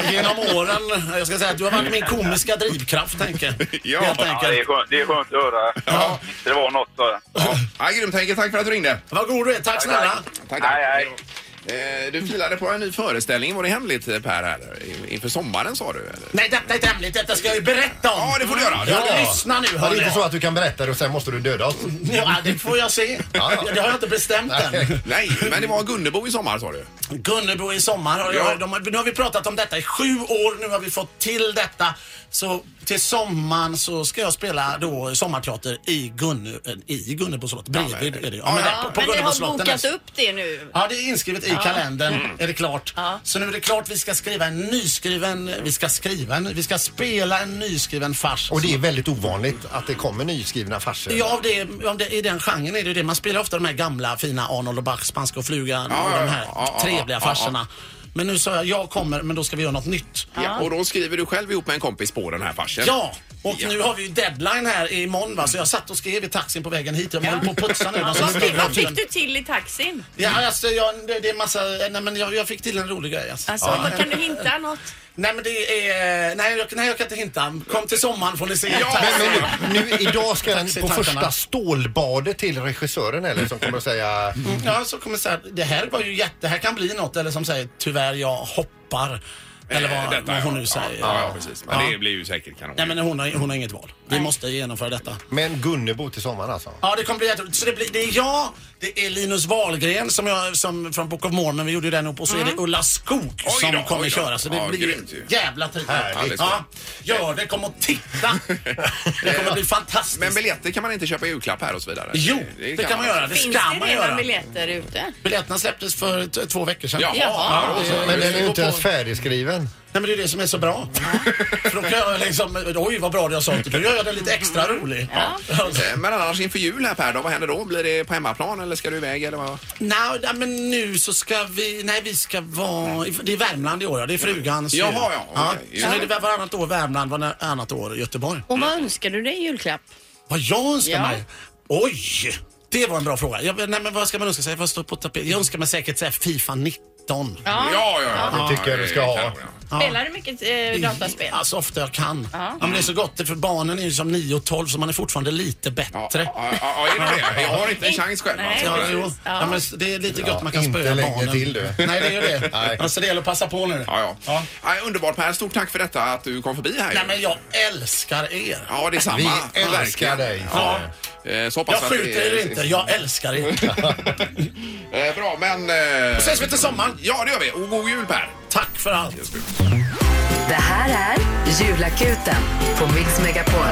[SPEAKER 8] Eh, genom åren. Jag ska säga att du har varit min komiska drivkraft Henke.
[SPEAKER 1] Ja.
[SPEAKER 8] Helt
[SPEAKER 9] Ja, det, är
[SPEAKER 8] enkelt.
[SPEAKER 9] skönt, det är skönt att höra.
[SPEAKER 8] Ja.
[SPEAKER 9] Det var något så.
[SPEAKER 8] *laughs*
[SPEAKER 1] Ja. ja, grymt Henke. Tack för att du ringde.
[SPEAKER 8] Vad god du är, tack snälla.
[SPEAKER 1] Tack, tack.
[SPEAKER 9] Hej, hej.
[SPEAKER 1] Eh, Du filade på en ny föreställning. Var det hemligt eh, Per här? I- Inför sommaren sa du? Eller?
[SPEAKER 8] Nej, detta är inte hemligt. Detta ska jag ju berätta om.
[SPEAKER 1] Ja, det får du göra.
[SPEAKER 8] Ja,
[SPEAKER 1] Ja.
[SPEAKER 8] lyssna nu
[SPEAKER 3] Var det
[SPEAKER 8] hörni.
[SPEAKER 3] inte så att du kan berätta det och sen måste du döda oss?
[SPEAKER 8] Ja, det får jag se.
[SPEAKER 3] Ja, ja.
[SPEAKER 8] Det har jag inte bestämt än.
[SPEAKER 1] Nej, men det var Gunnebo i sommar sa du?
[SPEAKER 8] Gunnebo i sommar. har jag-
[SPEAKER 1] Ja.
[SPEAKER 8] de har- Nu har vi pratat om detta i sju år. Nu har vi fått till detta. Så till sommaren så ska jag spela då sommarteater i, Gunne, eh, i Gunnebo slott. Bredvid är det ju. Ja, men där, på, på
[SPEAKER 4] Men ni
[SPEAKER 8] Gunnebo
[SPEAKER 4] har
[SPEAKER 8] slott, den
[SPEAKER 4] bokat
[SPEAKER 8] där-
[SPEAKER 4] upp det nu.
[SPEAKER 8] Ja, det är inskrivet i kalendern. Är det klart? Så nu är det klart vi ska skriva en nyskriven... Vi ska skriva en... Vi ska spela en nyskriven fars.
[SPEAKER 3] Och det är väldigt ovanligt att det kommer nyskrivna farser.
[SPEAKER 8] Ja, om det, om det, i den genren är det ju det. Man spelar ofta de här gamla fina Arnold och Bach, Spanska och flugan
[SPEAKER 1] Ja, ja,
[SPEAKER 8] och de här
[SPEAKER 1] ja, ja,
[SPEAKER 8] trevliga
[SPEAKER 1] ja,
[SPEAKER 8] farserna. Men nu sa jag, jag kommer, men då ska vi göra något nytt.
[SPEAKER 1] Ja. Och då skriver du själv ihop med en kompis på den här farsen?
[SPEAKER 8] Ja, och
[SPEAKER 1] Ja.
[SPEAKER 8] nu har vi ju deadline här imorgon va, så jag satt och skrev i taxin på vägen hit. Jag höll på att putsa nu. de
[SPEAKER 4] Vad
[SPEAKER 8] sista
[SPEAKER 4] fick, vad
[SPEAKER 8] minuterna.
[SPEAKER 4] fick du till i taxin?
[SPEAKER 8] Ja, alltså, jag, det, det är massa, nej men jag, jag fick till en rolig grej alltså.
[SPEAKER 4] Alltså, vad- kan du hinta något?
[SPEAKER 8] Nej men det är, nej jag, nej jag kan inte hinta. Kom till sommaren får ni se.
[SPEAKER 1] Ja,
[SPEAKER 8] Tack.
[SPEAKER 1] men-
[SPEAKER 3] Men nu, nu idag ska den på
[SPEAKER 8] Taxi-tankarna.
[SPEAKER 3] första stålbadet till regissören eller som kommer att säga
[SPEAKER 8] Mm. Ja, så kommer så här, det här var ju jätte, det här kan bli något. Eller som säger, tyvärr jag hoppar. Eller
[SPEAKER 1] Eh,
[SPEAKER 8] vad,
[SPEAKER 1] detta,
[SPEAKER 8] vad hon
[SPEAKER 1] ja.
[SPEAKER 8] nu säger.
[SPEAKER 1] Ja, ja, precis. Men
[SPEAKER 8] Ja.
[SPEAKER 1] det blir ju säkert kanon.
[SPEAKER 8] Nej men hon har, hon har inget val. Vi måste genomföra detta.
[SPEAKER 3] Men Gunnebo till sommaren alltså.
[SPEAKER 8] Ja, det kommer bli jätteroligt. Så det, blir, det är jag, det är Linus Wahlgren som jag, som, från Book of Mormon, vi gjorde ju den ihop och så är det Ulla Skog
[SPEAKER 1] Mm. Oj
[SPEAKER 8] som
[SPEAKER 1] då,
[SPEAKER 8] kommer
[SPEAKER 1] oj då.
[SPEAKER 8] köra. Så det
[SPEAKER 1] Ja,
[SPEAKER 8] blir ju
[SPEAKER 1] grymt ju.
[SPEAKER 8] jävla trevligt.
[SPEAKER 1] Härligt.
[SPEAKER 8] Ja, gör det, kom och
[SPEAKER 1] *laughs*
[SPEAKER 8] titta. Det kommer bli fantastiskt.
[SPEAKER 1] Men biljetter kan man inte köpa i julklapp här och så vidare?
[SPEAKER 8] jo, det kan man göra. Det
[SPEAKER 4] Finns
[SPEAKER 8] ska
[SPEAKER 4] det
[SPEAKER 8] man
[SPEAKER 4] redan
[SPEAKER 8] göra.
[SPEAKER 4] biljetter ute?
[SPEAKER 8] Biljetterna släpptes för t- två veckor sedan.
[SPEAKER 1] Jaha.
[SPEAKER 8] Ja,
[SPEAKER 1] Ja,
[SPEAKER 8] det-
[SPEAKER 1] så-
[SPEAKER 3] Men den är ju
[SPEAKER 8] går
[SPEAKER 3] inte
[SPEAKER 8] på-
[SPEAKER 3] ens färdigskriven.
[SPEAKER 8] Nej men det är det som är så bra. För då kan jag liksom, oj vad bra det jag sa till Då gör jag den lite extra rolig. Alltså.
[SPEAKER 1] Eh, Men annars inför jul här Per, då, vad händer då? Blir det på hemmaplan eller ska du iväg eller vad?
[SPEAKER 8] Nej, nej, men nu så ska vi, nej vi ska vara, det är Värmland i år ja, det är frugans
[SPEAKER 1] Jaha,
[SPEAKER 8] jul.
[SPEAKER 1] ja, okej.
[SPEAKER 8] Så nu är det varannat år Värmland, varannat år Göteborg.
[SPEAKER 4] Och vad önskar du dig i julklapp?
[SPEAKER 8] Vad jag önskar
[SPEAKER 4] Ja.
[SPEAKER 8] mig? Oj! Det var en bra fråga. Jag, nej men vad ska man önska sig? Vad står på tapet? Jag önskar mig säkert säga Fifa 19. 13.
[SPEAKER 1] Ja, ja, ja.
[SPEAKER 3] det tycker jag du ska ha.
[SPEAKER 1] kanon, ja.
[SPEAKER 10] Spelar du mycket eh, dataspel?
[SPEAKER 8] Ja, så Alltså, ofta jag kan. Ja. men det är så gott, för barnen är ju som 9 och 12 så man är fortfarande lite
[SPEAKER 1] Ja,
[SPEAKER 8] bättre.
[SPEAKER 1] ja, ja, ja, är det det? Jag har inte en chans själv.
[SPEAKER 10] Nej.
[SPEAKER 1] Alltså.
[SPEAKER 8] Ja,
[SPEAKER 10] precis.
[SPEAKER 8] jo.
[SPEAKER 10] Ja.
[SPEAKER 8] Ja, men det är lite gott
[SPEAKER 3] Ja,
[SPEAKER 8] man kan
[SPEAKER 3] inte
[SPEAKER 8] spöa
[SPEAKER 3] länge
[SPEAKER 8] barnen.
[SPEAKER 3] till, du.
[SPEAKER 8] *laughs* Nej, det är ju det.
[SPEAKER 3] Nej.
[SPEAKER 8] Alltså, det gäller att passa på nu.
[SPEAKER 1] Ja, ja.
[SPEAKER 8] Ja.
[SPEAKER 1] Nej, underbart Per, stort tack för detta att du kom förbi här.
[SPEAKER 8] Nej, men jag älskar er.
[SPEAKER 1] Ja, det är samma.
[SPEAKER 3] Vi
[SPEAKER 1] Ja,
[SPEAKER 3] älskar
[SPEAKER 1] verkligen.
[SPEAKER 3] dig.
[SPEAKER 1] Ja. Eh, Så hoppas
[SPEAKER 8] Jag
[SPEAKER 1] att det-
[SPEAKER 8] skjuter er inte, jag
[SPEAKER 3] *laughs*
[SPEAKER 8] älskar er.
[SPEAKER 1] Eh, Bra, men... eh,
[SPEAKER 8] Ses vi till sommaren.
[SPEAKER 1] Ja, det gör vi. Och god jul Per!
[SPEAKER 8] Tack för allt.
[SPEAKER 5] Det här är Julakuten på Mix Megapol.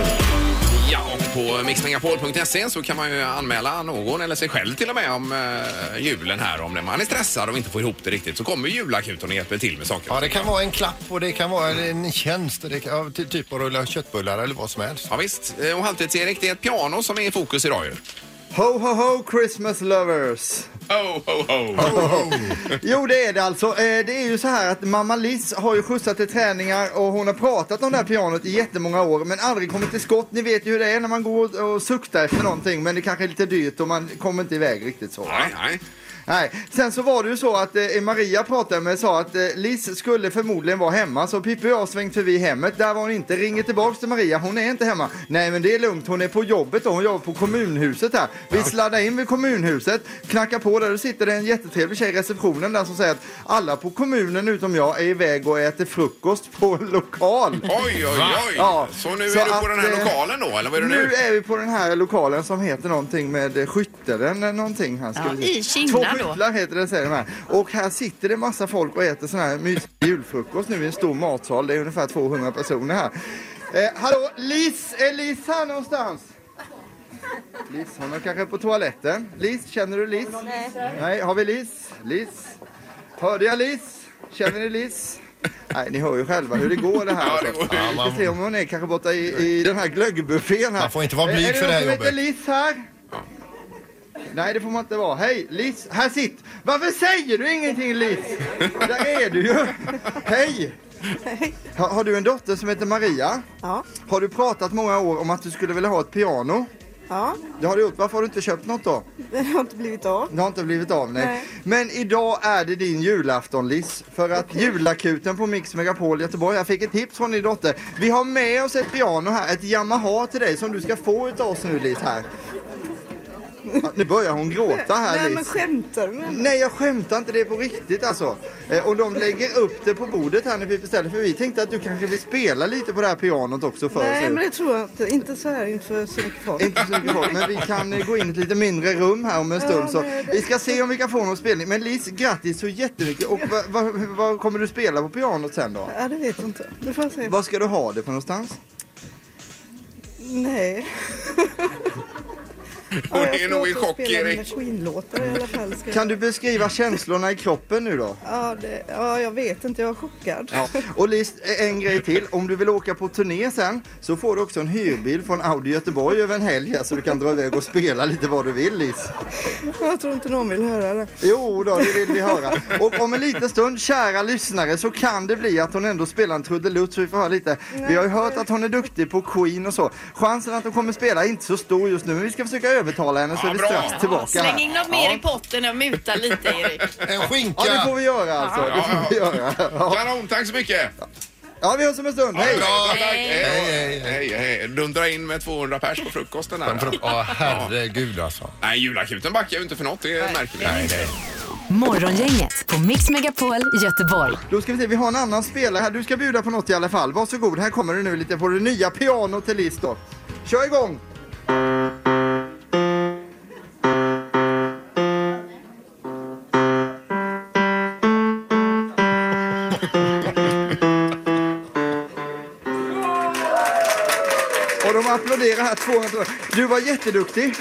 [SPEAKER 1] Ja, och på mixmegapol.se så kan man ju anmäla någon eller sig själv till och med om eh, julen här. Om man är stressad och inte får ihop det riktigt så kommer julakuten och hjälper till med saker.
[SPEAKER 3] Ja, det kan vara en klapp och det kan vara en tjänst. och Det kan, ja, ty- typ att rulla köttbullar eller vad som helst.
[SPEAKER 1] Ja, visst. Eh, Och Halvtids-Erik, det är ett piano som är i fokus idag ju.
[SPEAKER 2] Ho, ho, ho, Christmas lovers!
[SPEAKER 1] Ho, ho, ho!
[SPEAKER 2] Jo, det är det alltså. Eh, Det är ju så här att mamma Liz har ju skjutsat till träningar och hon har pratat om det här pianot i jättemånga år men aldrig kommit till skott. Ni vet ju hur det är när man går och suktar efter någonting men det kanske är lite dyrt och man kommer inte iväg riktigt så. va?
[SPEAKER 1] Nej, nej.
[SPEAKER 2] Nej, sen så var det ju så att eh, Maria pratade med sa att eh, Liz skulle förmodligen vara hemma så Pippi och jag har svängt förbi hemmet. Där var hon inte. Ringer tillbaks till Maria. Hon är inte hemma. Nej, men det är lugnt. Hon är på jobbet och hon jobbar på kommunhuset här. Vi sladdar in vid kommunhuset, knackar på där. Då sitter det en jättetrevlig tjej i receptionen där som säger att alla på kommunen utom jag är iväg och äter frukost på lokal.
[SPEAKER 1] Oj, oj, oj!
[SPEAKER 2] Ja.
[SPEAKER 1] Så nu
[SPEAKER 2] Så
[SPEAKER 1] är du på
[SPEAKER 2] att,
[SPEAKER 1] den här
[SPEAKER 2] eh,
[SPEAKER 1] lokalen då, eller vad är det nu?
[SPEAKER 2] Nu är vi på den här lokalen som heter någonting med eh, Skyttelen eller någonting. Här ska
[SPEAKER 7] Ja,
[SPEAKER 2] vi se.
[SPEAKER 7] i Kinna
[SPEAKER 2] Två
[SPEAKER 7] då.
[SPEAKER 2] skyttlar heter det säger de här. Och här sitter det massa folk och äter sån här mysig julfrukost nu i en stor matsal. Det är ungefär 200 personer här. Eh, hallå, Lis, är Lis här någonstans? Lis, hon är kanske på toaletten. Lis, känner du Lis? Nej. Nej, har vi Lis? Lis? Hörde jag Lis? Känner ni Lis? Nej, ni hör ju själva hur det går det här.
[SPEAKER 1] Ja, det går ju.
[SPEAKER 2] Vi ska se om hon är kanske borta i, i den här glöggbuffén här.
[SPEAKER 3] Man får inte vara
[SPEAKER 2] Är-
[SPEAKER 3] blyg för det här
[SPEAKER 2] Är det någon som
[SPEAKER 3] jobbet.
[SPEAKER 2] heter Liz här? Nej, det får man inte vara. Hej, Liz. Här sitt. Varför säger du ingenting, Liz? Där är du ju. Hej. Ha, har du en dotter som heter Maria?
[SPEAKER 11] Ja.
[SPEAKER 2] Har du pratat många år om att du skulle vilja ha ett piano?
[SPEAKER 11] Ja,
[SPEAKER 2] Det har du gjort. Varför har du inte köpt något då?
[SPEAKER 11] det har inte blivit av.
[SPEAKER 2] Det har inte blivit av, nej.
[SPEAKER 11] Nej.
[SPEAKER 2] Men idag är det din julafton, Liz. För att julakuten på Mix Megapol Göteborg, jag fick ett tips från din dotter. Vi har med oss ett piano här, ett Yamaha till dig som du ska få utav oss nu, Liz, här. Ja, Nu börjar hon gråta här,
[SPEAKER 11] Nej
[SPEAKER 2] Liz.
[SPEAKER 11] men skämtar du med mig?
[SPEAKER 2] Nej, jag skämtar inte. Det är på riktigt alltså. Eh, och de lägger upp det på bordet här när vi beställer. För vi tänkte att du kanske vill spela lite på det här pianot också för oss.
[SPEAKER 11] Nej
[SPEAKER 2] nu.
[SPEAKER 11] men det tror jag inte. Inte så här inför så mycket folk.
[SPEAKER 2] Inte så mycket folk, men vi kan eh, gå in i ett lite mindre rum här om en stund. Så vi ska se om vi kan få någon spelning. Men Lis, grattis så jättemycket. Och vad va, va kommer du spela på pianot sen då?
[SPEAKER 11] Ja, det vet jag inte. Det får jag se.
[SPEAKER 2] Var ska du ha det på någonstans?
[SPEAKER 11] Nej.
[SPEAKER 1] Hon är nog i chock, Erik.
[SPEAKER 11] Erik. Queen-låtar i alla fall. Ska
[SPEAKER 2] Kan
[SPEAKER 11] jag.
[SPEAKER 2] du beskriva känslorna i kroppen nu då?
[SPEAKER 11] Ja, det... ja, jag vet inte. Jag är chockad.
[SPEAKER 2] Ja. Och Lis, en grej till. Om du vill åka på turné sen så får du också en hyrbil från Audi Göteborg över en helg här, så du kan dra iväg och spela lite vad du vill Lis.
[SPEAKER 11] Jag tror inte någon vill höra det.
[SPEAKER 2] Jo då, det vill vi höra. Och om en liten stund, kära lyssnare, så kan det bli att hon ändå spelar en trudelutt så vi får höra lite. Vi har ju hört att hon är duktig på Queen och så. Chansen att hon kommer spela är inte så stor just nu, men vi ska försöka övertala henne så
[SPEAKER 1] Ja,
[SPEAKER 2] är vi
[SPEAKER 1] bra.
[SPEAKER 2] strax tillbaka
[SPEAKER 7] Släng in
[SPEAKER 2] här.
[SPEAKER 7] något mer i potten och muta lite Erik.
[SPEAKER 3] En skinka!
[SPEAKER 2] Ja, det får vi göra alltså. Det får vi göra. Ja.
[SPEAKER 1] Kanon, tack så mycket!
[SPEAKER 2] Ja, vi hörs om en stund. Hej!
[SPEAKER 1] Bra, tack.
[SPEAKER 3] Hej,
[SPEAKER 1] Hej,
[SPEAKER 3] hej,
[SPEAKER 1] hej, hej. Dundra in med 200 pers på frukosten här.
[SPEAKER 3] Ja, herregud alltså.
[SPEAKER 1] Nej, julakuten backar ju inte för något, det märker vi. Nej, nej.
[SPEAKER 5] Morgongänget på Mix Megapol Göteborg.
[SPEAKER 2] Då ska vi se, vi har en annan spelare här. Du ska bjuda på något i alla fall. Varsågod, här kommer du nu lite på det nya pianot till Lis då. Kör igång! Och de applåderar här, 200 Du var jätteduktig.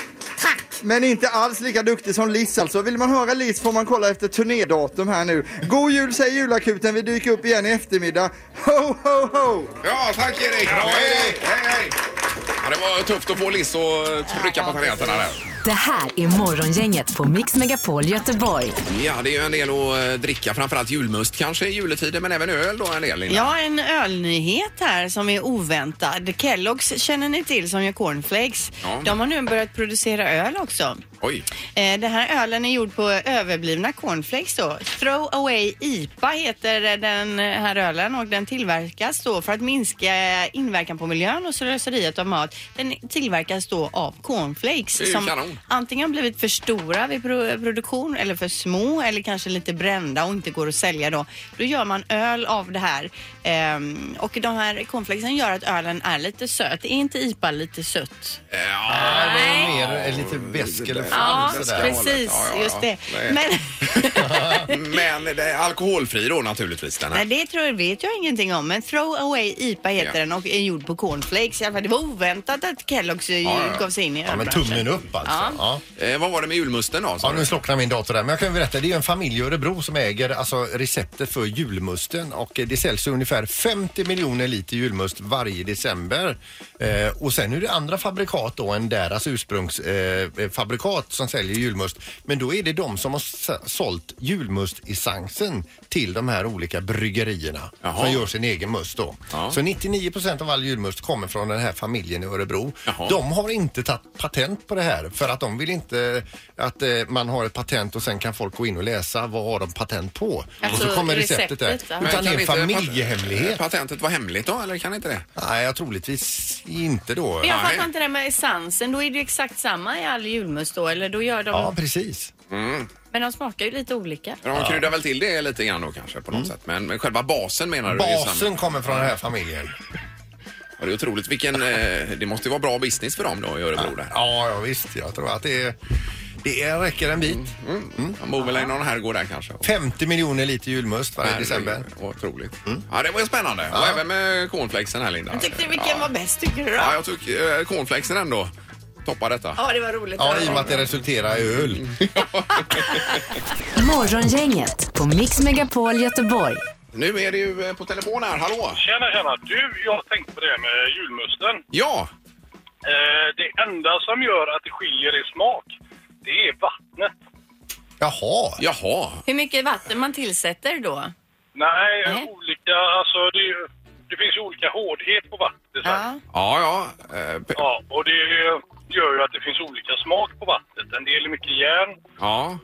[SPEAKER 2] Men inte alls lika duktig som Liss alltså. Vill man höra Liss får man kolla efter turnédatum här nu. God jul säger julakuten, vi dyker upp igen i eftermiddag. Ho, ho, ho!
[SPEAKER 1] Ja, tack Erik! Hej, hej, hej! Ja, det var tufft att få Liss att trycka på tangenterna där.
[SPEAKER 5] Det här är Morgongänget på Mix Megapol Göteborg.
[SPEAKER 1] Ja, det är ju en del att eh, dricka, framförallt julmust kanske i juletiden, men även öl då en del. Linda.
[SPEAKER 2] Ja, en ölnyhet här som är oväntad. Kellogg's känner ni till som gör cornflakes.
[SPEAKER 1] Ja.
[SPEAKER 2] De har nu börjat producera öl också.
[SPEAKER 1] Oj.
[SPEAKER 2] Eh, Den här ölen är gjord på överblivna cornflakes då. Throwaway IPA heter den här ölen och den tillverkas då för att minska inverkan på miljön och slöseriet av mat. Den tillverkas då av cornflakes
[SPEAKER 1] Det är ju
[SPEAKER 2] som
[SPEAKER 1] kanon.
[SPEAKER 2] antingen har blivit för stora vid pro- produktion eller för små eller kanske lite brända och inte går att sälja då. Då gör man öl av det här Ehm, och de här cornflakesen gör att ölen är lite söt. Är inte IPA lite sött?
[SPEAKER 1] Ja,
[SPEAKER 3] det är mer eh, lite väsk eller
[SPEAKER 2] Ja,
[SPEAKER 3] fall sådär.
[SPEAKER 2] precis.
[SPEAKER 1] Ja, ja, ja.
[SPEAKER 2] Just det.
[SPEAKER 1] Nej.
[SPEAKER 2] Men
[SPEAKER 1] Men det är alkoholfri då naturligtvis den här.
[SPEAKER 2] nej, det tror jag, vet jag ingenting om. Men Throwaway IPA heter
[SPEAKER 1] Ja.
[SPEAKER 2] den och är gjord på cornflakes. I alla fall, det var oväntat att Kelloggs eh,
[SPEAKER 1] Ja, ja, ja.
[SPEAKER 2] gav sig in i
[SPEAKER 3] Ja, men
[SPEAKER 2] ölbranschen.
[SPEAKER 3] tummen upp alltså. Ja.
[SPEAKER 1] Eh, vad var det med julmusten då? sa
[SPEAKER 3] Ja,
[SPEAKER 1] du?
[SPEAKER 3] nu slocknar min dator där. Men jag kan ju berätta, det är ju en familj i Örebro som äger alltså, receptet för julmusten och eh, det säljs ungefär 50 miljoner liter julmust varje december. Eh, och sen är det andra fabrikat då än deras ursprungsfabrikat eh, fabrikat som säljer julmust. Men då är det de som har s- sålt julmust-essensen till de här olika bryggerierna
[SPEAKER 1] Jaha.
[SPEAKER 3] som gör sin egen must då.
[SPEAKER 1] Ja.
[SPEAKER 3] Så 99 procent av all julmust kommer från den här familjen i Örebro.
[SPEAKER 1] Jaha.
[SPEAKER 3] De har inte tagit patent på det här för att de vill inte att eh, man har ett patent och sen kan folk gå in och läsa vad har de patent på. och
[SPEAKER 2] Alltså,
[SPEAKER 3] så kommer receptet,
[SPEAKER 2] receptet,
[SPEAKER 3] där.
[SPEAKER 2] ja.
[SPEAKER 3] Utan det
[SPEAKER 1] kan
[SPEAKER 3] är en
[SPEAKER 1] inte pat-
[SPEAKER 3] familjehemlighet.
[SPEAKER 1] Patentet var hemligt då, eller kan inte det?
[SPEAKER 3] Nej, jag troligtvis inte då.
[SPEAKER 2] Men jag
[SPEAKER 1] Nej.
[SPEAKER 2] fattar inte det här med essensen. Då är det ju exakt samma i all julmust då, eller då gör de...
[SPEAKER 3] Ja, precis.
[SPEAKER 2] Men de smakar ju lite olika.
[SPEAKER 1] De kryddar väl till det lite grann då kanske på något sätt. Men, men själva basen menar du? är samma.
[SPEAKER 3] Mm. Basen kommer från den här familjen.
[SPEAKER 1] Ja, det är otroligt. Vilken, eh, det måste ju vara bra business för dem då i Örebro där.
[SPEAKER 3] Ja, ja visst. Jag tror att det, är, det är, räcker en bit.
[SPEAKER 1] De bor väl i någon herrgård där kanske.
[SPEAKER 3] 50 miljoner liter julmust varje december.
[SPEAKER 1] Herregud, Otroligt. Mm. Ja, det var ju spännande. Och även med cornflakesen här Linda.
[SPEAKER 2] Jag tyckte vilken var bäst tycker du då?
[SPEAKER 1] Ja, jag tycker eh, cornflakesen ändå toppar detta.
[SPEAKER 2] Ja, det var roligt.
[SPEAKER 3] Ja, i och med att det resulterar i öl.
[SPEAKER 5] Morgongänget på Mix Megapol Göteborg.
[SPEAKER 1] Nu är det ju eh, på telefon här. Hallå!
[SPEAKER 12] Tjena, tjena. Du, jag tänkte på det här med julmusten.
[SPEAKER 1] Ja!
[SPEAKER 12] Eh, det enda som gör att det skiljer i smak, det är vattnet.
[SPEAKER 3] Jaha.
[SPEAKER 1] Jaha.
[SPEAKER 2] Hur mycket vatten man tillsätter då?
[SPEAKER 12] Nej,
[SPEAKER 2] Nej.
[SPEAKER 12] olika, alltså det, är ju- det finns ju olika hårdhet på vattnet. så här.
[SPEAKER 2] Ja.
[SPEAKER 1] Ja, ja. Eh, p-
[SPEAKER 12] ja, och det gör ju att det finns olika smak på vattnet. En del är mycket järn.
[SPEAKER 1] ja.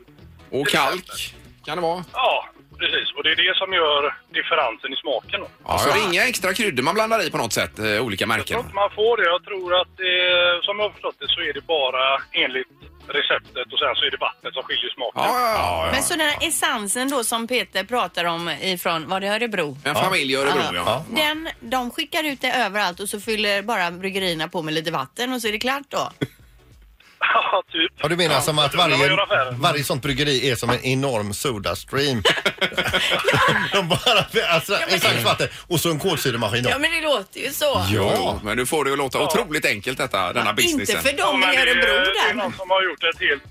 [SPEAKER 1] Och kalk kan det vara.
[SPEAKER 12] Ja, precis. Och det är det som gör differensen i smaken. Då.
[SPEAKER 1] Ja, så det är inga extra kryddor man blandar i på något sätt, eh, olika
[SPEAKER 12] Jag tror
[SPEAKER 1] märken.
[SPEAKER 12] inte man får det. Jag tror att eh, som jag har förstått det så är det bara enligt receptet och sen så är det vattnet som skiljer smaken.
[SPEAKER 1] Ja, ja, ja.
[SPEAKER 2] Men så den här essensen då som Peter pratar om ifrån, var det Örebro?
[SPEAKER 1] En familj i Örebro, ja.
[SPEAKER 2] Den, de skickar ut det överallt och så fyller bara bryggerierna på med lite vatten och så är det klart då.
[SPEAKER 12] *laughs* Ja, typ.
[SPEAKER 3] Ja, du menar som att
[SPEAKER 12] jag tror de
[SPEAKER 3] varje,
[SPEAKER 12] gör affären.
[SPEAKER 3] varje sånt bryggeri är som en enorm sodastream? *laughs* De bara, alltså, exakt vatten och så en kolsyremaskin då.
[SPEAKER 2] Ja men det låter ju så.
[SPEAKER 1] Jo, men du får det att låta otroligt enkelt detta, denna
[SPEAKER 2] Inte
[SPEAKER 1] businessen.
[SPEAKER 2] för dem i
[SPEAKER 12] men det,
[SPEAKER 2] Örebro
[SPEAKER 12] är- det är
[SPEAKER 2] där.
[SPEAKER 12] någon som har gjort ett helt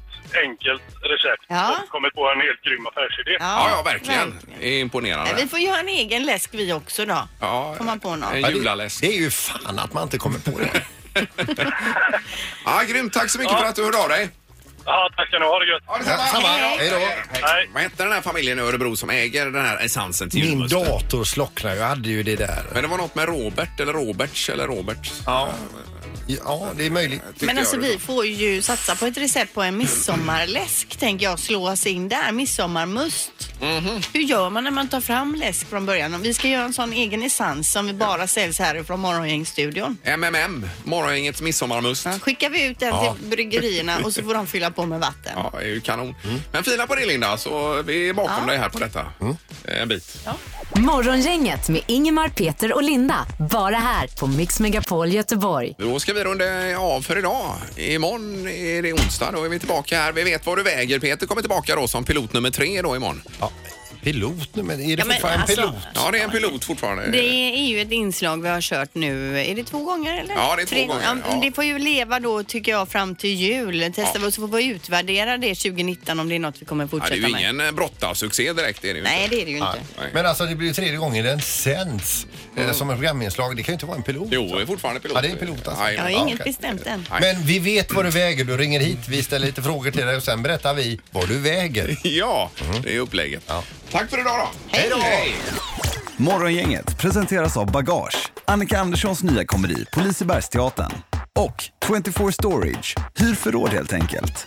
[SPEAKER 12] enkelt recept
[SPEAKER 2] Ja.
[SPEAKER 12] och kommit på en helt grym affärsidé.
[SPEAKER 1] Ja, ja, verkligen. Det är imponerande.
[SPEAKER 2] Nej, Vi får göra en egen läsk vi också då.
[SPEAKER 1] Ja,
[SPEAKER 2] Komma på någon.
[SPEAKER 1] En
[SPEAKER 3] Ja, det-
[SPEAKER 1] julaläsk.
[SPEAKER 3] Det är ju fan att man inte kommer på det.
[SPEAKER 1] Ja, grymt. Tack så mycket för att du hörde av dig.
[SPEAKER 12] Ja, tack ska ni ha. Ha det gött.
[SPEAKER 1] Ja,
[SPEAKER 3] Ja, samma. Hej då.
[SPEAKER 12] Hej.
[SPEAKER 1] Vad hette den här familjen i Örebro som äger den här essensen till
[SPEAKER 3] Min
[SPEAKER 1] julmusten?
[SPEAKER 3] dator slocknade, jag hade ju det där.
[SPEAKER 1] Men det var något med Robert eller Roberts eller Roberts.
[SPEAKER 3] Ja, ja det är möjligt.
[SPEAKER 1] tyckte
[SPEAKER 2] Men
[SPEAKER 1] jag
[SPEAKER 2] alltså
[SPEAKER 1] det
[SPEAKER 2] vi
[SPEAKER 1] var.
[SPEAKER 2] får ju satsa på ett recept på en midsommarläsk tänker jag slå oss in där. Midsommarmust.
[SPEAKER 1] Mhm.
[SPEAKER 2] Hur gör man när man tar fram läsk från början? Om Vi ska göra en sån egen essens som vi bara säljs härifrån Morgongängsstudion.
[SPEAKER 1] MMM, Morgongängets midsommarmust.
[SPEAKER 2] Ja, skickar vi ut den till bryggerierna och så får de fylla på med vatten.
[SPEAKER 1] Ja, det är ju kanon. Men fila på det Linda, så vi är bakom dig här på detta. En bit.
[SPEAKER 5] Morgongänget med Ingemar, Peter och Linda. Bara här på Mix Megapol Göteborg.
[SPEAKER 1] Då ska vi runda av för idag. Imorgon är det onsdag, då är vi tillbaka här. Vi vet vad du väger. Peter kommer tillbaka då som pilot nummer tre då imorgon.
[SPEAKER 3] Ja. Pilot nu, men är det
[SPEAKER 2] Ja, men
[SPEAKER 3] fortfarande en
[SPEAKER 2] alltså-
[SPEAKER 3] pilot?
[SPEAKER 1] Ja, det är en pilot fortfarande.
[SPEAKER 2] Det är ju ett inslag vi har kört nu. Är det två gånger eller?
[SPEAKER 1] Ja, det är två
[SPEAKER 2] Tre-
[SPEAKER 1] gånger,
[SPEAKER 2] Ja, men
[SPEAKER 1] ja.
[SPEAKER 2] Det får ju leva då tycker jag fram till jul. Testar vi och så får vi utvärdera det 2019 om det är något vi kommer
[SPEAKER 1] Ja,
[SPEAKER 2] fortsätta
[SPEAKER 1] det är ju
[SPEAKER 2] med.
[SPEAKER 1] ingen eh, brottarsuccé direkt. Är det ju
[SPEAKER 2] Nej, Mm.
[SPEAKER 1] inte.
[SPEAKER 2] det är det ju inte.
[SPEAKER 1] Nej.
[SPEAKER 3] Men alltså det blir ju tredje gången den sänds eh, som ett programinslag. Det kan ju inte vara en pilot.
[SPEAKER 1] Jo, det är fortfarande pilot.
[SPEAKER 3] Ja, det är pilot alltså.
[SPEAKER 1] Jajamän.
[SPEAKER 2] Jag har inget
[SPEAKER 3] okej.
[SPEAKER 2] bestämt än.
[SPEAKER 3] Men vi vet vad du väger. Du ringer hit, vi ställer lite frågor till dig och sen berättar vi vad du väger.
[SPEAKER 1] Ja, det är upplägget. Tack för idag då!
[SPEAKER 3] Hej då!
[SPEAKER 13] Morgongänget presenteras av Bagage, Annika Anderssons nya komedi på Lisebergsteatern och 24 Storage, hyr förråd helt enkelt.